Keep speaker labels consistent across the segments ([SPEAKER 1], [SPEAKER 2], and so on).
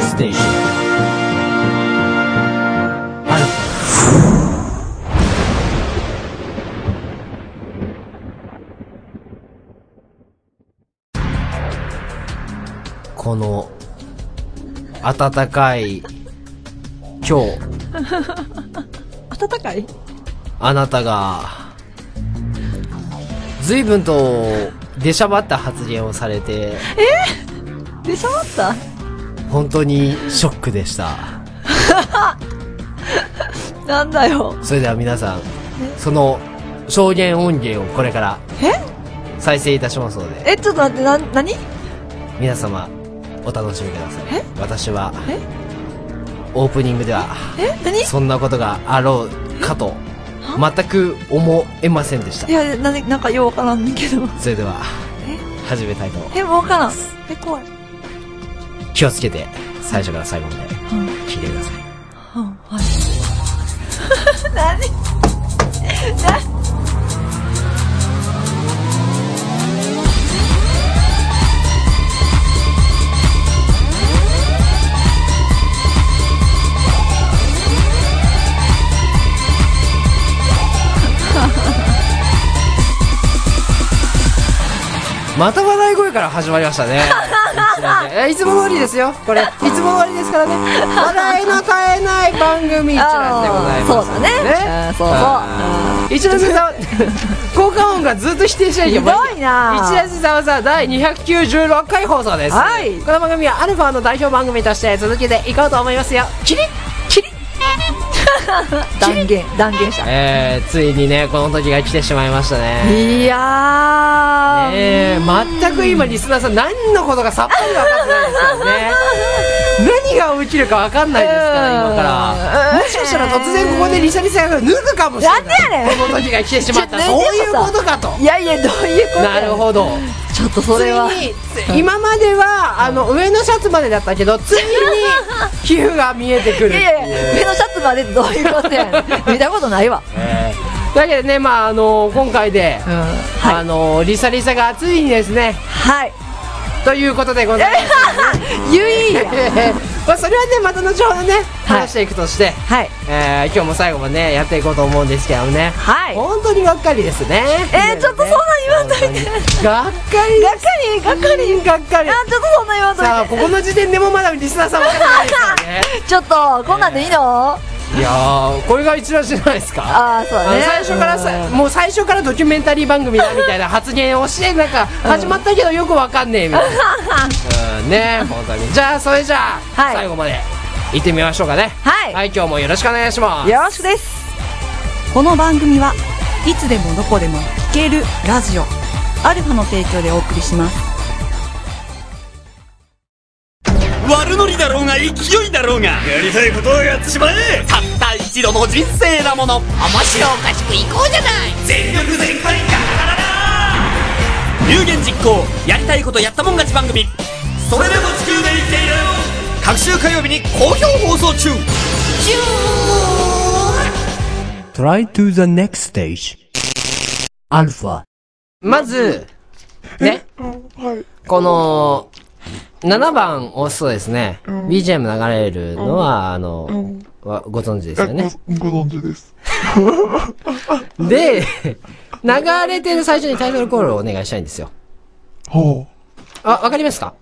[SPEAKER 1] ステーションこの暖かい今日
[SPEAKER 2] 暖かい
[SPEAKER 1] あなたが随分と出しゃばった発言をされて
[SPEAKER 2] でしょあった
[SPEAKER 1] 本当にショックでした
[SPEAKER 2] なんだよ。
[SPEAKER 1] それでは皆さんその証言音源をこれから再生いたしますので
[SPEAKER 2] え、ちょっと待って、な、なに
[SPEAKER 1] 皆様お楽しみください
[SPEAKER 2] え
[SPEAKER 1] 私は
[SPEAKER 2] え
[SPEAKER 1] オープニングでは
[SPEAKER 2] え何い
[SPEAKER 1] そんなことがあろうかと全く思えませんでした
[SPEAKER 2] や、なに、なんかようわからんねんけど。
[SPEAKER 1] それでは始めたいと思います
[SPEAKER 2] え、もうわからん。え、怖い。
[SPEAKER 1] 気をつけて最初から最後まで
[SPEAKER 2] うん、
[SPEAKER 1] 聞いてください
[SPEAKER 2] うん、 はい。なに
[SPEAKER 1] また笑い声から始まりましたね一覧でえいつも通りですよこれいつも通りですからね笑いの絶えない番組一覧でございます
[SPEAKER 2] あーそうだねうんそうそう
[SPEAKER 1] あー一覧でさ効果音がずっと否定しない
[SPEAKER 2] ひ
[SPEAKER 1] け
[SPEAKER 2] ど
[SPEAKER 1] ど
[SPEAKER 2] いな
[SPEAKER 1] 一ラジザワザワ第296回放送です、
[SPEAKER 2] はい
[SPEAKER 1] この番組はアルファの代表番組として続けていこうと思います よキリッキリッ
[SPEAKER 2] 断言、断言した。
[SPEAKER 1] えー、ついにねこの時が来てしまいましたね
[SPEAKER 2] いやー。
[SPEAKER 1] えー、全く今リスナーさん何のことかさっぱり分かってないですからね何が起きるか分かんないですから今から
[SPEAKER 2] うん
[SPEAKER 1] もしかしたら突然ここでリサリサが脱ぐかもしれない
[SPEAKER 2] なんでやねん
[SPEAKER 1] この時が来てしまった
[SPEAKER 2] ち
[SPEAKER 1] そ
[SPEAKER 2] ょ
[SPEAKER 1] う
[SPEAKER 2] 脱い
[SPEAKER 1] い
[SPEAKER 2] で
[SPEAKER 1] う
[SPEAKER 2] よさ
[SPEAKER 1] ことかと
[SPEAKER 2] いやいや、どういうこと
[SPEAKER 1] なる
[SPEAKER 2] ど。
[SPEAKER 1] ほど
[SPEAKER 2] ちょっとそ
[SPEAKER 1] つい
[SPEAKER 2] れは。
[SPEAKER 1] につ今まではあの上のシャツまでだったけどついに皮膚が見えてくるっ
[SPEAKER 2] い
[SPEAKER 1] て
[SPEAKER 2] や
[SPEAKER 1] い
[SPEAKER 2] いうやいや、目のシャツまでどういうことやね ん。見たことないわ。
[SPEAKER 1] えーだけどねまああの今回で、
[SPEAKER 2] うん。は
[SPEAKER 1] あのリサリサがついにですね
[SPEAKER 2] い。はい。
[SPEAKER 1] ということでございます
[SPEAKER 2] ゆいや。
[SPEAKER 1] まあそれはねまた後ほどね
[SPEAKER 2] はい
[SPEAKER 1] 話していくとして、
[SPEAKER 2] はい。
[SPEAKER 1] えー今日も最後までねやっていこうと思うんですけどもね
[SPEAKER 2] はい。
[SPEAKER 1] 本当にがっかりですね
[SPEAKER 2] えー、ちょっとそんな言わんといて。
[SPEAKER 1] がっかり
[SPEAKER 2] がっかりがっかり
[SPEAKER 1] がっかり
[SPEAKER 2] あ、ちょっとそんな言わんと
[SPEAKER 1] さあこ
[SPEAKER 2] いて。
[SPEAKER 1] この時点でもまだリスナーさんわかんないですからね
[SPEAKER 2] ちょっと、こん なんでいいの
[SPEAKER 1] いやーこれが一覧じゃないですか
[SPEAKER 2] あー、そう
[SPEAKER 1] あ
[SPEAKER 2] だ
[SPEAKER 1] の
[SPEAKER 2] ね。
[SPEAKER 1] 最初からさもう最初からドキュメンタリー番組だみたいな発言をしてなんか始まったけどよくわかんねえみたいなうんね本当にじゃあそれじゃあ、
[SPEAKER 2] はい
[SPEAKER 1] 最後まで行ってみましょうかね
[SPEAKER 2] はい
[SPEAKER 1] 今日もよろしくお願いします
[SPEAKER 2] よろしくですこの番組はいつでもどこでも聴けるラジオアルファの提供でお送りします
[SPEAKER 3] 悪ノリだろうが勢いだろうが
[SPEAKER 4] やりたいことをやってしまえ
[SPEAKER 3] たった一度の人生だもの面白おかしくいこうじゃない
[SPEAKER 4] 全力全開ガラガラ
[SPEAKER 3] 有言実行やりたいことやったもん勝ち番組それでも地球で生きている各週火曜日に好評放送中
[SPEAKER 5] Try to the next stage. Alpha.
[SPEAKER 1] まずね、この7番押すとですね、BGM 流れるのは、あの、わご存知ですよね。
[SPEAKER 6] ご存知です。
[SPEAKER 1] で、流れてる最初にタイトルコールをお願いしたいんですよ。
[SPEAKER 6] ほう。
[SPEAKER 1] あ、わかりますか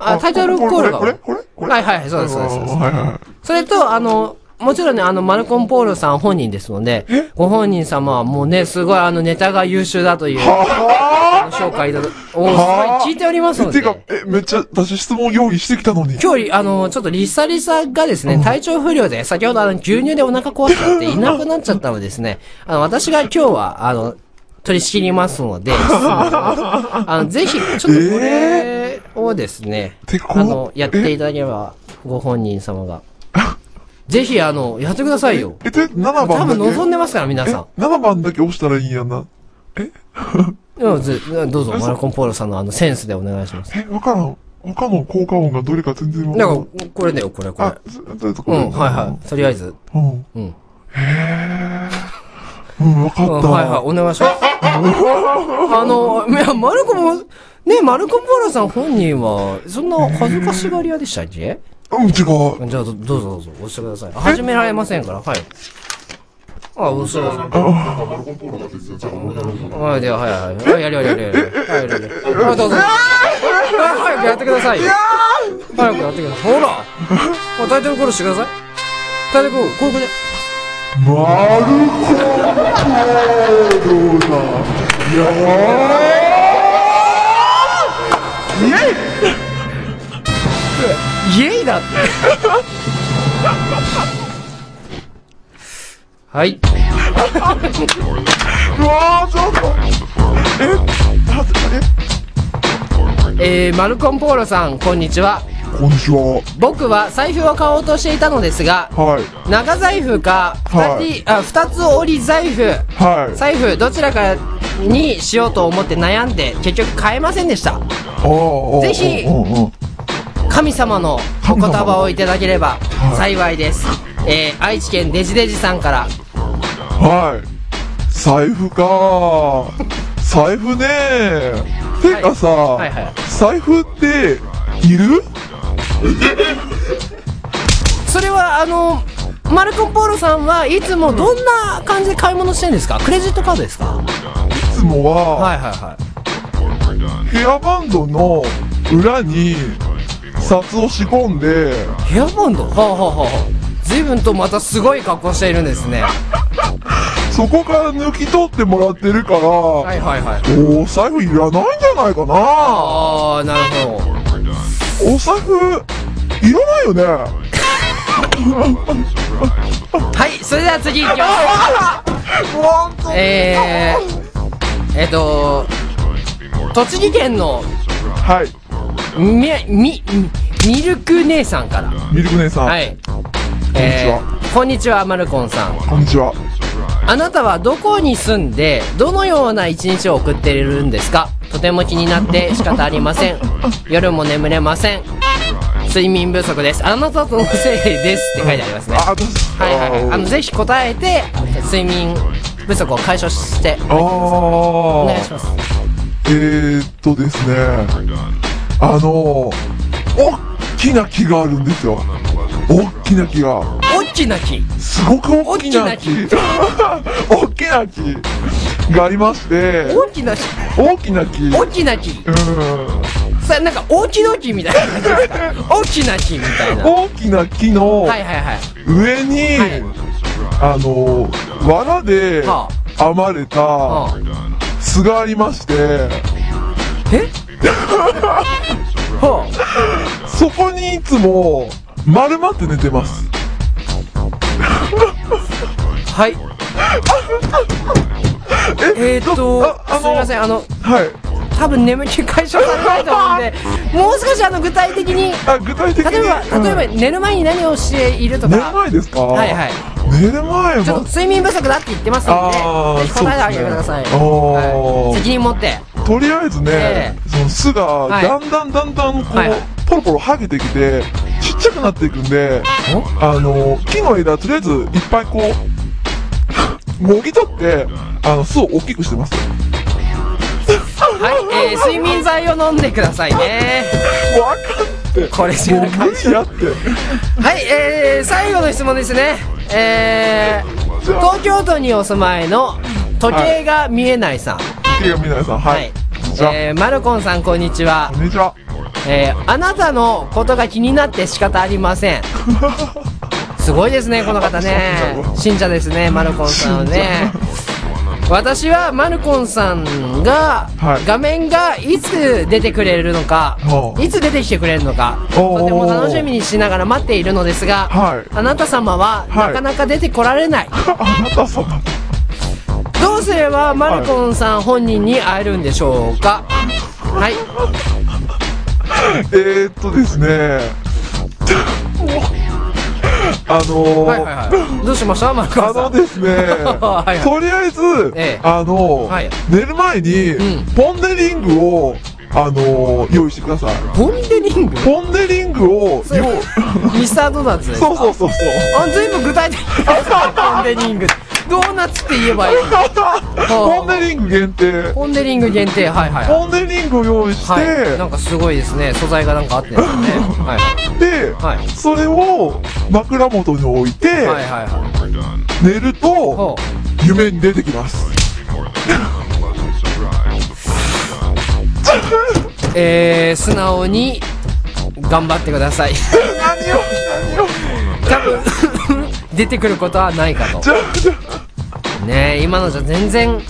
[SPEAKER 1] あ、タイトルコールが。
[SPEAKER 6] これこれこれ
[SPEAKER 1] はいはい、そうです、そうですそうです。
[SPEAKER 6] はいは
[SPEAKER 1] それと、あの、もちろんね、あの、マルコン・ポールさん本人ですので、ご本人様はもうね、すごいあの、ネタが優秀だという、あの紹介だと、おす
[SPEAKER 6] は
[SPEAKER 1] ごい聞いております
[SPEAKER 6] い。
[SPEAKER 1] の
[SPEAKER 6] て
[SPEAKER 1] で。
[SPEAKER 6] か、え、めっちゃ、私質問用意してきたのに。
[SPEAKER 1] 今日、あの、ちょっとリサリサがですね、体調不良で、先ほどあの、牛乳でお腹壊しちゃっていなくなっちゃったのですね、あの、私が今日は、あの、取り仕切りますので、あの、ぜひ、ちょっとこれをですね、
[SPEAKER 6] てか
[SPEAKER 1] あの、やっていただければ、ご本人様が。ぜひ、あの、やってくださいよ。
[SPEAKER 6] え、で、7番だけ。
[SPEAKER 1] 多分望んでますから、皆さん。
[SPEAKER 6] え7番だけ押したらいいんやな。
[SPEAKER 1] うん、ずどうぞ、マルコン・ポーロさんのあの、センスでお願いします。
[SPEAKER 6] え、わからん。他の効果音がどれか全然わか
[SPEAKER 1] な
[SPEAKER 6] らん。
[SPEAKER 1] んか、これだよ、これ、こ
[SPEAKER 6] あ
[SPEAKER 1] れ、。
[SPEAKER 6] ずどういうとこ
[SPEAKER 1] うん、はいはい。とりあえず。
[SPEAKER 6] い。うん。
[SPEAKER 1] うん
[SPEAKER 6] へえ。うん、わか
[SPEAKER 1] う
[SPEAKER 6] っ
[SPEAKER 1] ん
[SPEAKER 6] た。
[SPEAKER 1] はいはい、お願いします。あの、いや、マルコも、ね、マルコ・ポーロさん本人は、そんな恥ずかしがり屋でしたっけ
[SPEAKER 6] うん、違う。
[SPEAKER 1] じゃあ、どどうぞどうぞ、押してください。始められませんから、はい。あ、押してください。はい、では、はい、はい。はい、やるやるやるやる。はい、やるやる。はい、どうぞ。はい、早くやってくださいよ。早くやってください。ほらもうタイトルコールしてください。タイトルコール、ここで。
[SPEAKER 6] マルコ・ポーロだ。いやーイェイ
[SPEAKER 1] イエイだって。はい。
[SPEAKER 6] うわー、ちょっと。え、だえ、
[SPEAKER 1] えー、マルコンポーロさん、こんにちは。
[SPEAKER 6] こんにちは。
[SPEAKER 1] 僕は財布を買おうとしていたのですが、
[SPEAKER 6] はい。
[SPEAKER 1] 長財布か、二
[SPEAKER 6] はい
[SPEAKER 1] 人、あ、二つ折り財布、
[SPEAKER 6] はい。
[SPEAKER 1] 財布、どちらかにしようと思って悩んで、結局買えませんでした。
[SPEAKER 6] おーおー
[SPEAKER 1] ぜひ
[SPEAKER 6] おーおー
[SPEAKER 1] 神様のお言葉をいただければ幸いです。えー、愛知県デジデジさんから、
[SPEAKER 6] はい。財布か財布ねてかさ、
[SPEAKER 1] いはいはい
[SPEAKER 6] 財布って、いる
[SPEAKER 1] それはあのマルコンポーロさんはいつもどんな感じで買い物してるんですかクレジットカードですか
[SPEAKER 6] いつもは、
[SPEAKER 1] はいはいは
[SPEAKER 6] ヘアバンドの裏に、札を仕込んで、
[SPEAKER 1] いヘアバンドはあはあはあ随分とまたすごい格好しているんですね
[SPEAKER 6] そこから抜き取ってもらってるから、
[SPEAKER 1] はいはいはい
[SPEAKER 6] お財布いらないんじゃないかな
[SPEAKER 1] ああなるほど
[SPEAKER 6] お財布、いらないよね
[SPEAKER 1] はいそれでは次行きま
[SPEAKER 6] 本当
[SPEAKER 1] すえー、えっと栃木県の
[SPEAKER 6] はい。
[SPEAKER 1] みみミルク姉さんから
[SPEAKER 6] ミルク姉さん。
[SPEAKER 1] はい
[SPEAKER 6] は
[SPEAKER 1] ーこんにちはマルコンさん
[SPEAKER 6] こんにちは。
[SPEAKER 1] あなたはどこに住んで、どのような一日を送っているんですかとても気になって仕方ありません。夜も眠れません。睡眠不足です。あなたのせいですって書いてありますね。
[SPEAKER 6] あ、私、
[SPEAKER 1] はいはいはい。あの、
[SPEAKER 6] あ
[SPEAKER 1] ぜひ答えて、睡眠不足を解消して、
[SPEAKER 6] あ
[SPEAKER 1] お
[SPEAKER 6] お
[SPEAKER 1] 願いします。
[SPEAKER 6] えー、っとですね、あの、大きな木があるんですよ。大きな木が。
[SPEAKER 1] 大きな木。
[SPEAKER 6] すごく大きな木。大きな木がありまして、
[SPEAKER 1] 大きな木。
[SPEAKER 6] 大きな木。
[SPEAKER 1] 大きな木。
[SPEAKER 6] うん
[SPEAKER 1] さ、なんか、大きな木みたいな感じ ですか。大きな木みたいな。は
[SPEAKER 6] 大きな木の
[SPEAKER 1] いはいはい。
[SPEAKER 6] 上に、
[SPEAKER 1] はい
[SPEAKER 6] あの、藁で
[SPEAKER 1] は
[SPEAKER 6] 編まれた
[SPEAKER 1] は
[SPEAKER 6] 巣がありまして、
[SPEAKER 1] えはあ。
[SPEAKER 6] そこにいつも丸まって寝てます。
[SPEAKER 1] はい。えーっと
[SPEAKER 6] あ、あの
[SPEAKER 1] すみません、あの、
[SPEAKER 6] はい。
[SPEAKER 1] 多分眠気解消されないと思うんで、もう少しあの具体的に、
[SPEAKER 6] あ、具体的に。
[SPEAKER 1] 例えば、
[SPEAKER 6] うん
[SPEAKER 1] 例えば寝る前に何をしていると
[SPEAKER 6] 寝
[SPEAKER 1] か、
[SPEAKER 6] る前ですか
[SPEAKER 1] は
[SPEAKER 6] はい
[SPEAKER 1] はい。
[SPEAKER 6] 寝る前
[SPEAKER 1] ちょっと
[SPEAKER 6] は
[SPEAKER 1] 睡眠不足だって言ってますの
[SPEAKER 6] あ
[SPEAKER 1] で、
[SPEAKER 6] ー
[SPEAKER 1] ぜひ答えてあげてください。
[SPEAKER 6] そうですね
[SPEAKER 1] はい
[SPEAKER 6] あー
[SPEAKER 1] 責任持って。
[SPEAKER 6] とりあえずね、
[SPEAKER 1] え
[SPEAKER 6] その巣が
[SPEAKER 1] はい
[SPEAKER 6] だんだんだんだんこう、
[SPEAKER 1] はいはい
[SPEAKER 6] ポロポロ剥げてきてちっちゃくなっていくんであの木の枝とりあえずいっぱいこうもぎ取ってあの巣を大きくしてます
[SPEAKER 1] はい、えー、睡眠剤を飲んでくださいね。
[SPEAKER 6] わかって
[SPEAKER 1] これ知らなか
[SPEAKER 6] もう無理やって
[SPEAKER 1] はい、えー、最後の質問ですね。えー、東京都にお住まいの時計が見えないさん。
[SPEAKER 6] 手が皆さん
[SPEAKER 1] は
[SPEAKER 6] はいい、じゃあ、
[SPEAKER 1] えー、マルコンさんこんにちは
[SPEAKER 6] こ、んにちは
[SPEAKER 1] えー、あなたのことが気になって仕方ありま せんすごいですねこの方ね信者ですねマルコンさんはね私はマルコンさんが、
[SPEAKER 6] はい
[SPEAKER 1] 画面がいつ出てくれるのか
[SPEAKER 6] おう
[SPEAKER 1] いつ出てきてくれるのか
[SPEAKER 6] おう
[SPEAKER 1] とても楽しみにしながら待っているのですが、
[SPEAKER 6] はい
[SPEAKER 1] あなた様は
[SPEAKER 6] は
[SPEAKER 1] ないかなか出てこられない、
[SPEAKER 6] あなた様
[SPEAKER 1] どうすればマルコンさん本人に会えるんでしょうかはい
[SPEAKER 6] えー、っとですね もうあのー
[SPEAKER 1] はいはいはい。どうしましたマルコ
[SPEAKER 6] あ
[SPEAKER 1] ンさ
[SPEAKER 6] の
[SPEAKER 1] ん。
[SPEAKER 6] ですね
[SPEAKER 1] はいはい、
[SPEAKER 6] とりあえず、
[SPEAKER 1] ええ
[SPEAKER 6] あの、
[SPEAKER 1] はい
[SPEAKER 6] 寝る前に、
[SPEAKER 1] うん
[SPEAKER 6] ポンデリングを、あの用意してください。
[SPEAKER 1] ポンデリング
[SPEAKER 6] ポンデリングを、
[SPEAKER 1] それ
[SPEAKER 6] 用意
[SPEAKER 1] ミスタードーナツです
[SPEAKER 6] そうそうそうそう。
[SPEAKER 1] あ、随分具体的ですねポンデリング。ドーナツって言えばいい。
[SPEAKER 6] ポンデリング限定。
[SPEAKER 1] ポンデリング限定、はいはい。
[SPEAKER 6] ポンデリングを用意して、
[SPEAKER 1] はい。なんかすごいですね。素材がなんかあってんですよね。はい。
[SPEAKER 6] で、
[SPEAKER 1] はい
[SPEAKER 6] それを枕元に置いて、
[SPEAKER 1] はいはいはい。
[SPEAKER 6] 寝る
[SPEAKER 1] ほ
[SPEAKER 6] と夢に出てきます。
[SPEAKER 1] うえー、素直に、頑張ってください。
[SPEAKER 6] 何を何を
[SPEAKER 1] 多分、出てくることはないか
[SPEAKER 6] じ
[SPEAKER 1] と。
[SPEAKER 6] ゃあじゃ
[SPEAKER 1] ねえ、今のじゃ全然、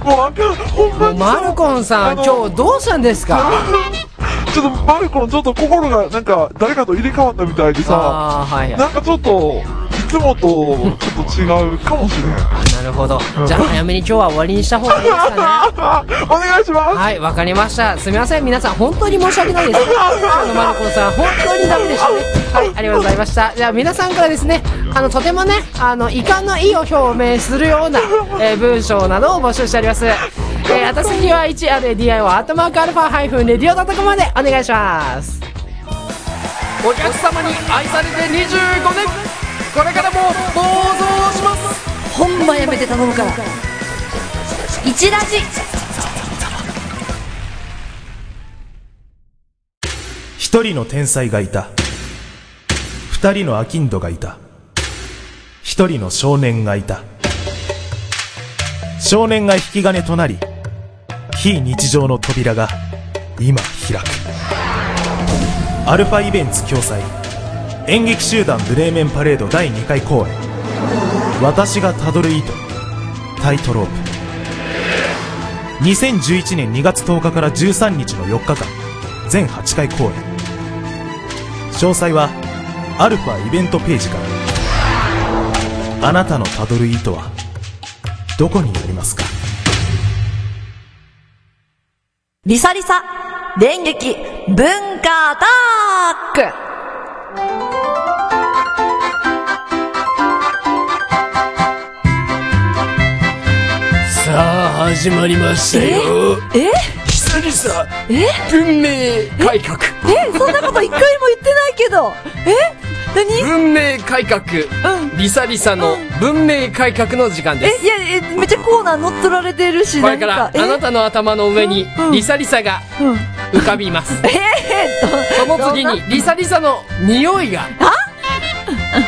[SPEAKER 6] あもうあかんほん
[SPEAKER 1] も
[SPEAKER 6] ま
[SPEAKER 1] う
[SPEAKER 6] に
[SPEAKER 1] マルコンさ
[SPEAKER 6] あ
[SPEAKER 1] ん、
[SPEAKER 6] の
[SPEAKER 1] 今日どうしたんですか
[SPEAKER 6] ちょっとマルコンちょっと心がなんか誰かと入れ替わったみたいでさ
[SPEAKER 1] ああー、はいはい。
[SPEAKER 6] なんかちょっといつもとちょっと違うかもしれん
[SPEAKER 1] あなるほど。じゃあ早めに今日は終わりにした方がいいですかね。
[SPEAKER 6] お願いします、
[SPEAKER 1] はい、わかりました。すみません、皆さん、本当に申し訳ないです。今日のマルコさん、本当にダメでしたね。はい、ありがとうございました。じゃあ、皆さんからですね、あの、とてもね、あの、遺憾の意を表明するような、えー文章などを募集しております。えー、あたすきは 1RDIO、アットマークアルファハイフン、レディオドットコムまでお願いします。お客様に愛されて25年、これからも暴走します。
[SPEAKER 2] ほんまやめて頼むから一ラジ
[SPEAKER 7] 一人の天才がいた二人のアキンドがいた一人の少年がいた少年が引き金となり非日常の扉が今開くアルファイベンツ共催演劇集団ブレーメンパレード第2回公演「私がたどる糸」タイトロープ2011年2月10日から13日の4日間全8回公演詳細はアルファイベントページからあなたのたどる糸はどこにありますか
[SPEAKER 2] リサリサ電撃文化アタック
[SPEAKER 5] さあ、始まりましたよ。
[SPEAKER 2] え
[SPEAKER 5] 久々、文明改革。
[SPEAKER 2] えそんなこと一回も言ってないけどえ何
[SPEAKER 1] 文明改革、リサリサの文明改革の時間です。
[SPEAKER 2] えいやえめっちゃコーナー乗っ取られてるし
[SPEAKER 1] これから
[SPEAKER 2] な
[SPEAKER 1] あ
[SPEAKER 2] んかえ
[SPEAKER 1] なたの頭の上に
[SPEAKER 2] うん
[SPEAKER 1] リサリサが
[SPEAKER 2] うん
[SPEAKER 1] 浮かびます。
[SPEAKER 2] えーっと
[SPEAKER 1] その次にリサリサの匂いが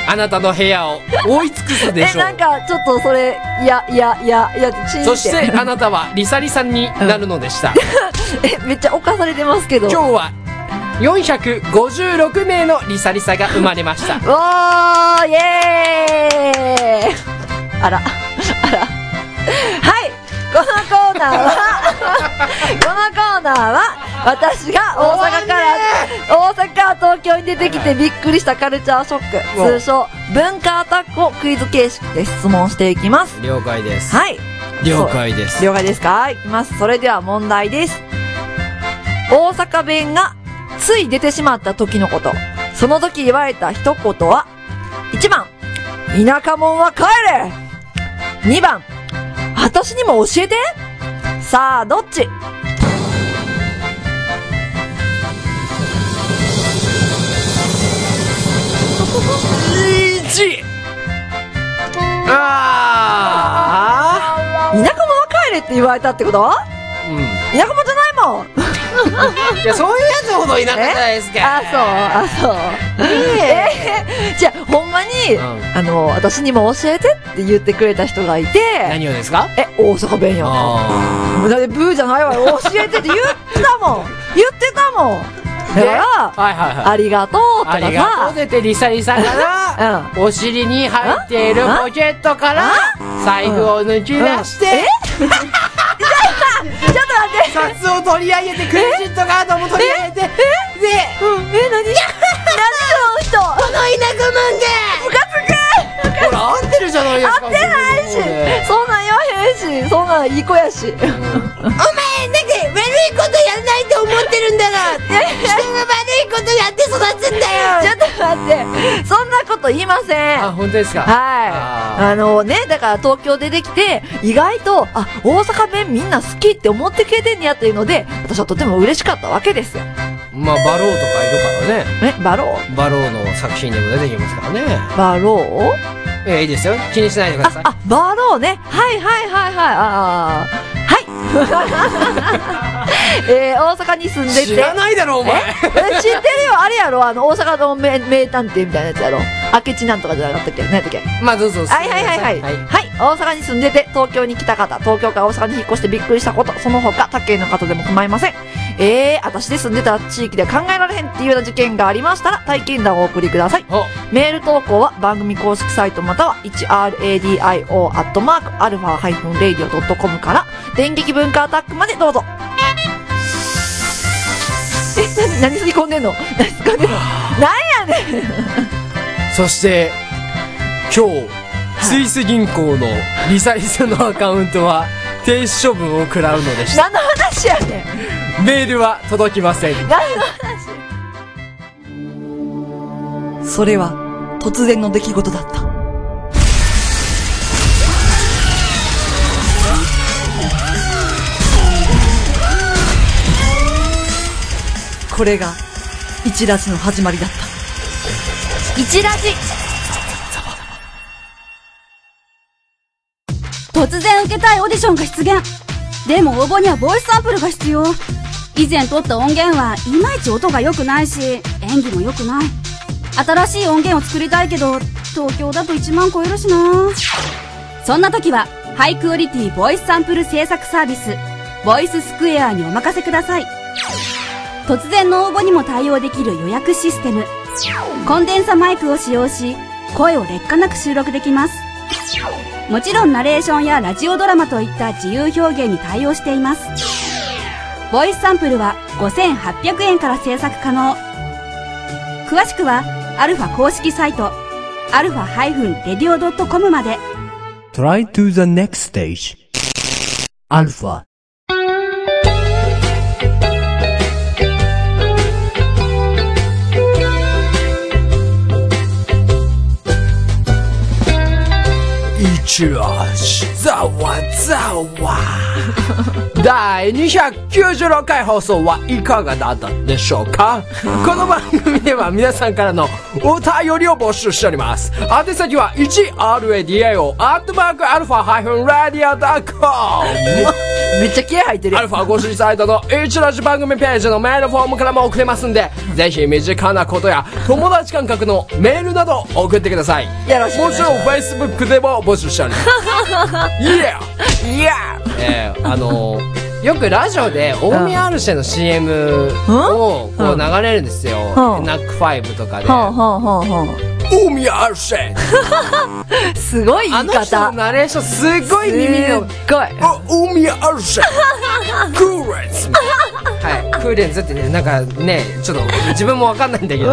[SPEAKER 1] あなたの部屋を覆い尽くすで
[SPEAKER 2] え
[SPEAKER 1] しょ
[SPEAKER 2] なん
[SPEAKER 1] う。
[SPEAKER 2] かちょっとそれいやいやいやいやちょっと
[SPEAKER 1] そしてあなたはリサリさんになるのでした。
[SPEAKER 2] えめっちゃ犯されてますけど
[SPEAKER 1] 今日は456名のリサリサが生まれました。
[SPEAKER 2] わーイエーイあら、あら。はいこのコーナーは、このコーナーは、私が大阪から、大阪から東京に出てきてびっくりしたカルチャーショック、通称、文化アタックをクイズ形式で質問していきます。
[SPEAKER 1] 了解です。
[SPEAKER 2] はい。
[SPEAKER 1] 了解です。
[SPEAKER 2] 了解ですかいきます。それでは問題です。大阪弁がつい出てしまった時のこと。その時言われた一言は、1番、田舎者は帰れ !2 番、私にも教えてさあ、どっち
[SPEAKER 1] あ
[SPEAKER 2] 田舎者は帰れって言われたってことは
[SPEAKER 1] あ、うん。
[SPEAKER 2] 田舎者じゃないもん
[SPEAKER 1] いや、そういうやつほどいなかっ
[SPEAKER 2] え
[SPEAKER 1] たじゃないですか。
[SPEAKER 2] あ、そう、あ、そう。えー、じゃあ、ほんまに、
[SPEAKER 1] ん
[SPEAKER 2] あの、私にも教えてって言ってくれた人がいて、
[SPEAKER 1] 何をですか
[SPEAKER 2] え、大阪弁やんか。
[SPEAKER 1] あ
[SPEAKER 2] だってブーじゃないわ よ。教えてって言ってたもん。言ってたもん。
[SPEAKER 1] あ。
[SPEAKER 2] だから、
[SPEAKER 1] はいはいはい。
[SPEAKER 2] ありがとうと
[SPEAKER 1] あ
[SPEAKER 2] か
[SPEAKER 1] りがとう
[SPEAKER 2] さ、
[SPEAKER 1] 出てリサリサから、お尻に入っているポケットから、財布を抜き出して、
[SPEAKER 2] ちょっと待って。
[SPEAKER 1] 札を取り上げて、クレジットカードも取り上げて、で、
[SPEAKER 2] うん、え、何何その人この田舎なんでムカつく
[SPEAKER 1] ほら、合ってるじゃないですか。合っ
[SPEAKER 2] 出ないし、そんなん言わへんし、そんなんいい子やし。お前、だって悪いことやらないと思ってるんだろ人が悪いことやって育つんだよちょっと待って、そんなこと言いません。
[SPEAKER 1] あ、本当ですか。
[SPEAKER 2] はい。
[SPEAKER 1] あー
[SPEAKER 2] あのね、だから東京出てきて、意外と、あ、大阪弁みんな好きって思ってくれてんねやっていうので、私はとても嬉しかったわけですよ。
[SPEAKER 1] まあ、バローとかいるからね。
[SPEAKER 2] え、バロ
[SPEAKER 1] バローの作品でも出てきますからね。
[SPEAKER 2] ーバロー
[SPEAKER 1] ええいいですよ。気にしないでください。
[SPEAKER 2] あ、バローね。はいはいはいはい。あ ーはい。えー、大阪に住んでて。
[SPEAKER 1] 知らないだろ、お前。
[SPEAKER 2] え知ってるよ。あれやろ。あの、大阪の名名探偵みたいなやつやろ。明智なんとかじゃなかったっけ何やったっけ
[SPEAKER 1] まあ、どうぞ。
[SPEAKER 2] はいはいはいはい。はい、大阪に住んでて、東京に来た方、東京から大阪に引っ越してびっくりしたこと、その他、他県の方でも構いません。えー、私で住んでた地域では考えられへんっていうような事件がありましたら、体験談をお送りください。
[SPEAKER 1] お、
[SPEAKER 2] メール投稿は番組公式サイトまたは 1radio.alpha-radio.com から電撃文化アタックまでどうぞ。え、なに、何吸い込んでんの何吸い込んでん のなんやねん
[SPEAKER 5] そして今日スイス銀行のリサリサのアカウントは停止処分を食らうのでした
[SPEAKER 2] 何の話やねん
[SPEAKER 5] メールは届きません
[SPEAKER 2] 何 の
[SPEAKER 8] それは突然の出来事だった。これが一ラジの始まりだった。
[SPEAKER 2] 一ラジ
[SPEAKER 9] 突然受けたいオーディションが出現でも応募にはボイスサンプルが必要以前撮った音源はいまいち音が良くないし演技も良くない新しい音源を作りたいけど東京だと1万超えるしなそんな時はハイクオリティボイスサンプル制作サービスボイススクエアにお任せください突然の応募にも対応できる予約システムコンデンサマイクを使用し声を劣化なく収録できますもちろんナレーションやラジオドラマといった自由表現に対応しています。ボイスサンプルは5800円から制作可能。詳しくは、アルファ公式サイト、アルファ -radio.com まで。
[SPEAKER 10] Try to the next stage. Alpha.
[SPEAKER 5] 一ラジザワザワ 第296回放送はいかがだったでしょうかこの番組では皆さんからのお便りを募集しております宛先は 1radio アットマークアルファハイフンラディアダコ
[SPEAKER 2] めっちゃ気合入ってる
[SPEAKER 5] アルファ公式サイトの一ラジ番組ページのメールフォームからも送れますんでぜひ身近なことや友達感覚のメールなど送ってください
[SPEAKER 2] よろしくお願
[SPEAKER 5] も
[SPEAKER 2] い
[SPEAKER 5] ち
[SPEAKER 2] し
[SPEAKER 5] ろん Facebook でも募集しており ますイエーイエーイあの
[SPEAKER 1] よくラジオで、大宮アルシェの CM をこう流れるんですよ。
[SPEAKER 2] うん
[SPEAKER 1] ナックファイブとかで。
[SPEAKER 2] ほうほうほうほう
[SPEAKER 5] 大宮アルシェ
[SPEAKER 2] すごい言
[SPEAKER 1] あ
[SPEAKER 2] い
[SPEAKER 1] の人の
[SPEAKER 2] 方
[SPEAKER 1] ナレーションすごい耳の、
[SPEAKER 2] すっごい
[SPEAKER 5] あ大宮アルシェ クーレンス
[SPEAKER 1] はい、クーレンズってね、なんかね、ちょっと自分もわかんないんだけど、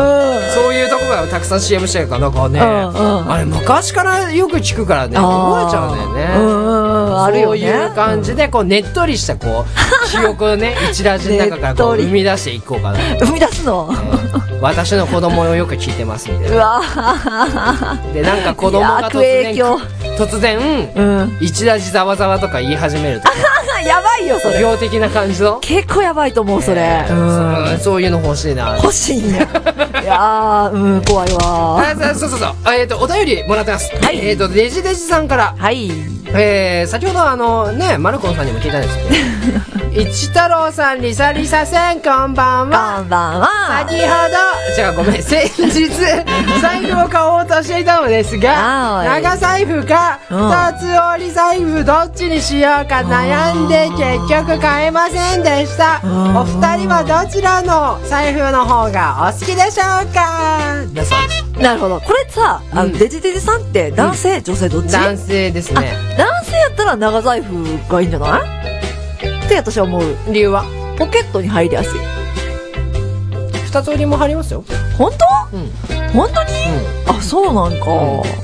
[SPEAKER 1] そういうとこがたくさん CM してるから、なんかね、
[SPEAKER 2] うんうん
[SPEAKER 1] あれ昔からよく聞くからね、覚えちゃうんだ
[SPEAKER 2] う
[SPEAKER 1] よね。
[SPEAKER 2] んうんうんあるよね
[SPEAKER 1] そういう感じで、こう、ねっとりした、こう、記憶をね、一ラジの中からこ
[SPEAKER 2] ねっと
[SPEAKER 1] う
[SPEAKER 2] り
[SPEAKER 1] 生み出していこうかな。
[SPEAKER 2] 生み出すの
[SPEAKER 1] 私の子供をよく聞いてますん
[SPEAKER 2] う
[SPEAKER 1] で。
[SPEAKER 2] わ
[SPEAKER 1] で、なんか子供が突然
[SPEAKER 2] いや悪影響、
[SPEAKER 1] 突然、
[SPEAKER 2] うん
[SPEAKER 1] 一ラジざわざわとか言い始めると、
[SPEAKER 2] やばいよそれ
[SPEAKER 1] 病的な感じの。
[SPEAKER 2] 結構やばいと思うそれうん
[SPEAKER 1] そうそういうの欲しいな。
[SPEAKER 2] 欲しいんや いやーうん怖いわ
[SPEAKER 1] あそうそうそうそう。あえっ、と、お便りもらってます。はい。えっ、と、デジデジさんから、
[SPEAKER 2] はい
[SPEAKER 1] えー、先ほどあの、ね、マルコンさんにも聞いたんですけ ど、一太郎さん、リサリサさん、こんばんは。
[SPEAKER 2] こんばん
[SPEAKER 1] 先
[SPEAKER 2] は
[SPEAKER 1] ほど、違う、ごめん、先日、財布を買おうとしていたのです
[SPEAKER 2] あ
[SPEAKER 1] が、
[SPEAKER 2] ーおい
[SPEAKER 1] 長財布か、
[SPEAKER 2] うん
[SPEAKER 1] 二つ折り財布どっちにしようか悩んで結局買えませんでした。
[SPEAKER 2] ん
[SPEAKER 1] お二人はどちらの財布の方がお好きでしょうかだそうです。
[SPEAKER 2] なるほどこれさあのデジデジさんって男性女性どっち
[SPEAKER 1] 男性ですね。
[SPEAKER 2] 男性やったら長財布がいいんじゃないって私は思う
[SPEAKER 1] 理由は
[SPEAKER 2] ポケットに入りやすい
[SPEAKER 1] 二つ折りも貼りますよ。
[SPEAKER 2] 本当、
[SPEAKER 1] うん
[SPEAKER 2] 本当に、あそうなんか、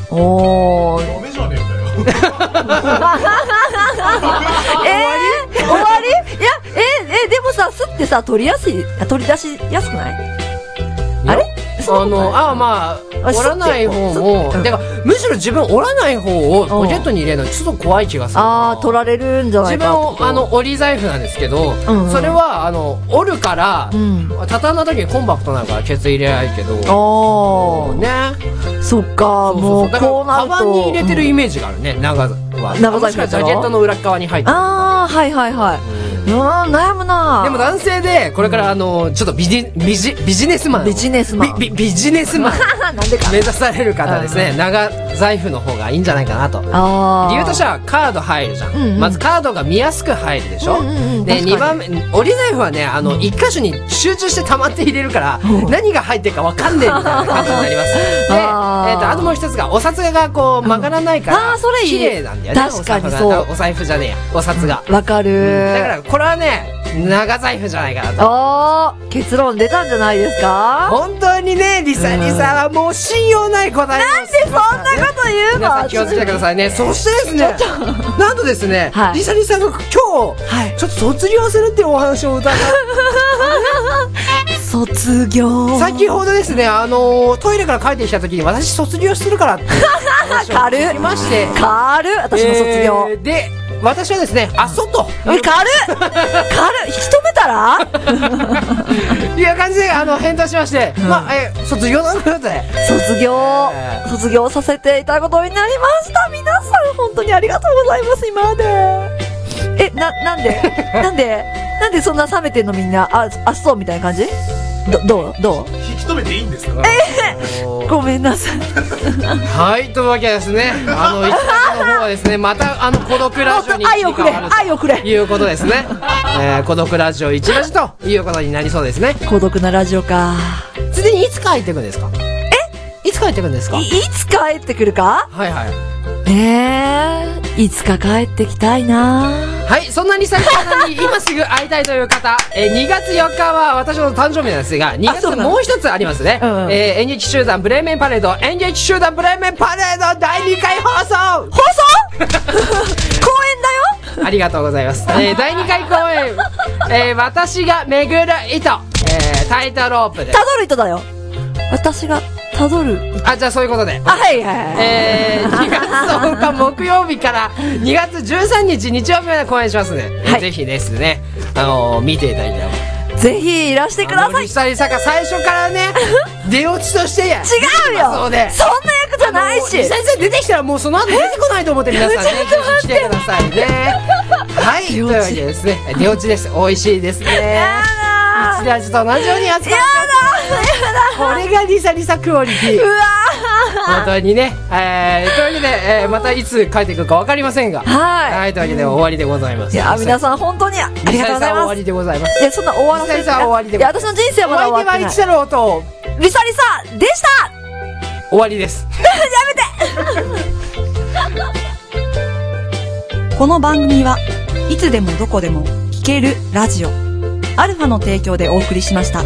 [SPEAKER 2] おー
[SPEAKER 6] メじゃねえんだよ。
[SPEAKER 2] えー、終わりいやえーえーでもさすってさ取りやすいあ取り出しやすくないあれ
[SPEAKER 1] あの、ああまあ、折らない方も、だから、むしろ自分折らない方をポケットに入れるのちょっと怖い気がする。
[SPEAKER 2] ああ、取られるんじゃな
[SPEAKER 1] 自
[SPEAKER 2] い
[SPEAKER 1] 分
[SPEAKER 2] かって
[SPEAKER 1] を、あの、折り財布なんですけど、それは、あの、折るから、畳んだ時にコンパクトなるから、ケツ入れないけど、
[SPEAKER 2] ああ。
[SPEAKER 1] ね。
[SPEAKER 2] そっか、もう、
[SPEAKER 1] だから
[SPEAKER 2] こうなると。
[SPEAKER 1] カバンに入れてるイメージがあるね、長さは。
[SPEAKER 2] 長さ
[SPEAKER 1] もしくはジャケットの裏側に入ってる。
[SPEAKER 2] ああ、はいはいはい。ああ、悩むな
[SPEAKER 1] でも男性で、これからあの、ちょっとビジ、ビジ、ビジネスマンを。ビジ
[SPEAKER 2] ネスマン。
[SPEAKER 1] ビ、ビジネスマン。
[SPEAKER 2] なんでか。
[SPEAKER 1] 目指される方ですね、長財布の方がいいんじゃないかなと。
[SPEAKER 2] あー
[SPEAKER 1] 理由としてはカード入るじゃん。
[SPEAKER 2] うんうん
[SPEAKER 1] まずカードが見やすく入るでしょ、で、
[SPEAKER 2] 確かに
[SPEAKER 1] 2番目、折り財布はね、あの、一箇所に集中して溜まって入れるから、何が入ってるかわかんねえみたいな感じになります。で、 えっと、あともう一つが、お札がこう曲がらないから、
[SPEAKER 2] あーそれいい
[SPEAKER 1] 綺麗なんだよね。
[SPEAKER 2] 確かに
[SPEAKER 1] お財布が
[SPEAKER 2] そう
[SPEAKER 1] お財布じゃねえや。お札が。
[SPEAKER 2] わかる
[SPEAKER 1] だから、これはね、長財布じゃないかなと。
[SPEAKER 2] ああ、結論出たんじゃないですか
[SPEAKER 1] 本当にね、リサリサはもう信用ない答えなんでそんな
[SPEAKER 2] こと言うの
[SPEAKER 1] 皆さん気をつけてくださいね。そしてですね、なんとですね、リサリサが今日、ちょっと卒業するっていうお話を伺って、
[SPEAKER 2] 卒業
[SPEAKER 1] 先ほどですね、あのー、トイレから帰ってきた時に私卒業するからって話を
[SPEAKER 2] 軽
[SPEAKER 1] 聞きまして、
[SPEAKER 2] 軽私の卒業。
[SPEAKER 1] えーで、私はですね、あそと。
[SPEAKER 2] 軽っ軽っ引き止めたら
[SPEAKER 1] いう感じで、あの、返答しまして、まあ、えー、卒業なのよって。
[SPEAKER 2] 卒業、卒業させていただくことになりました皆さん本当にありがとうございます今までえななんで なんでなんでそんな冷めてんのみんなああそうみたいな感じどどうどう
[SPEAKER 7] 引き止めていいんですか
[SPEAKER 2] ごめんなさい
[SPEAKER 1] はい、というわけでですね、あ の、一作の方はですね、また、あの、孤独ラジオに
[SPEAKER 2] 愛をくれ愛をくれ
[SPEAKER 1] ということですね。えー、孤独ラジオ一ラジということになりそうですね。
[SPEAKER 2] 孤独なラジオか
[SPEAKER 1] すでにいつ帰ってくんですかえいつ帰ってくんですか
[SPEAKER 2] いいつ帰ってくるか
[SPEAKER 1] はいはい。
[SPEAKER 2] えー、いつか帰ってきたいな
[SPEAKER 1] はい、そんなリサリサさんに今すぐ会いたいという方、 えー2月4日は私の誕生日なんですが、2月もう一つありますね。えー演劇集団ブレーメンパレード、演劇集団ブレーメンパレード第2回放送
[SPEAKER 2] 放 送公演だよ
[SPEAKER 1] ありがとうございます。えー第2回公演、えー私が巡る糸、えータイトロープで
[SPEAKER 2] た。どる糸だよ私がたどる
[SPEAKER 1] あ、じゃあそういうことで。
[SPEAKER 2] あはいはいはい
[SPEAKER 1] えー、2月10日木曜日から2月13日日曜日まで公演しますね。ぜひですね、あのー見ていただいても。
[SPEAKER 2] ぜひいらしてください。
[SPEAKER 1] 久々が最初から ね、出落ちとしてや。
[SPEAKER 2] 違うよ
[SPEAKER 1] そうで。
[SPEAKER 2] そんな役じゃないし
[SPEAKER 1] 実際に出てきたらもうその後出てこないと思って皆さんね、ぜ
[SPEAKER 2] ちょっと
[SPEAKER 1] ひ来てくださいね。はい、というわけでですね、出落ちです。美味しいですね。一ラジと同じように扱ってこれがリサリサクオリティ。
[SPEAKER 2] うわ
[SPEAKER 1] 本当にね。えー、というわけで、えーまたいつ帰ってくるかわかりませんが。
[SPEAKER 2] はい
[SPEAKER 1] というわけで終わりでございます。
[SPEAKER 2] いや、 皆さ
[SPEAKER 1] ん、
[SPEAKER 2] ん本当にあ
[SPEAKER 1] リ
[SPEAKER 2] り
[SPEAKER 1] サリサ
[SPEAKER 2] がとうござい
[SPEAKER 1] は終
[SPEAKER 2] ま
[SPEAKER 1] わ
[SPEAKER 2] す。
[SPEAKER 1] りでございます。
[SPEAKER 2] いや、そんな終わら
[SPEAKER 1] リサ
[SPEAKER 2] せ
[SPEAKER 1] リサは終わりで
[SPEAKER 2] いや、私の人生はまだ終わって
[SPEAKER 1] お
[SPEAKER 2] な
[SPEAKER 1] 相手は一太
[SPEAKER 2] い。
[SPEAKER 1] 郎と
[SPEAKER 2] リサリサでした
[SPEAKER 1] 終わりです。
[SPEAKER 8] この番組はいつでもどこでも聞けるラジオアルファの提供でお送りしました。